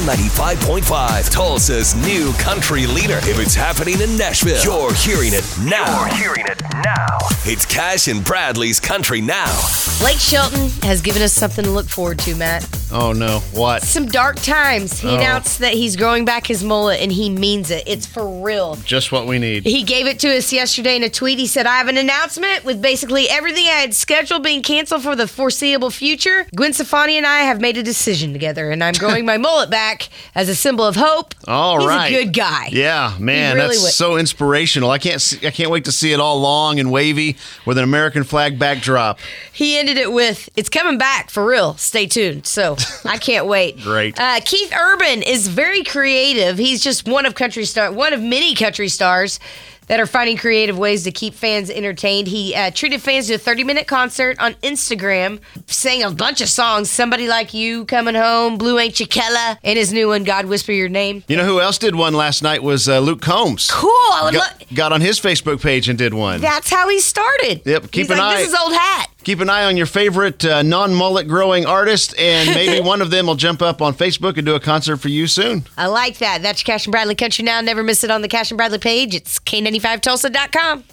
K95.5, Tulsa's new country leader. If it's happening in Nashville, you're hearing it now. You're hearing it now. It's Cash and Bradley's Country Now. Blake Shelton has given us something to look forward to, Matt. Oh no! What? Some dark times. He Oh. announced that he's growing back his mullet and he means it. It's for real. Just what we need. He gave it to us yesterday in a tweet. He said, I have an announcement with basically everything I had scheduled being canceled for the foreseeable future. Gwen Stefani and I have made a decision together, and I'm growing my mullet back as a symbol of hope. All He's right. a good guy. Yeah, man, really that's would. so inspirational. I can't see, I can't wait to see it all long and wavy with an American flag backdrop. He ended it with, "It's coming back for real. Stay tuned." So I can't wait. Great. Uh, Keith Urban is very creative. He's just one of country star, one of many country stars that are finding creative ways to keep fans entertained. He uh, treated fans to a 30 minute concert on Instagram, sang a bunch of songs. Somebody like you, coming home, Blue Ain't Chiquella, and his new one, God Whisper Your Name. You know who else did one last night was uh, Luke Combs. Cool. I would Got, love. got on his Facebook page and did one. That's how he started. Yep, keep He's an like, eye- This is old hat. Keep an eye on your favorite uh, non-mullet growing artist, and maybe one of them will jump up on Facebook and do a concert for you soon. I like that. That's your Cash and Bradley Country Now. Never miss it on the Cash and Bradley page. It's K95Tulsa.com.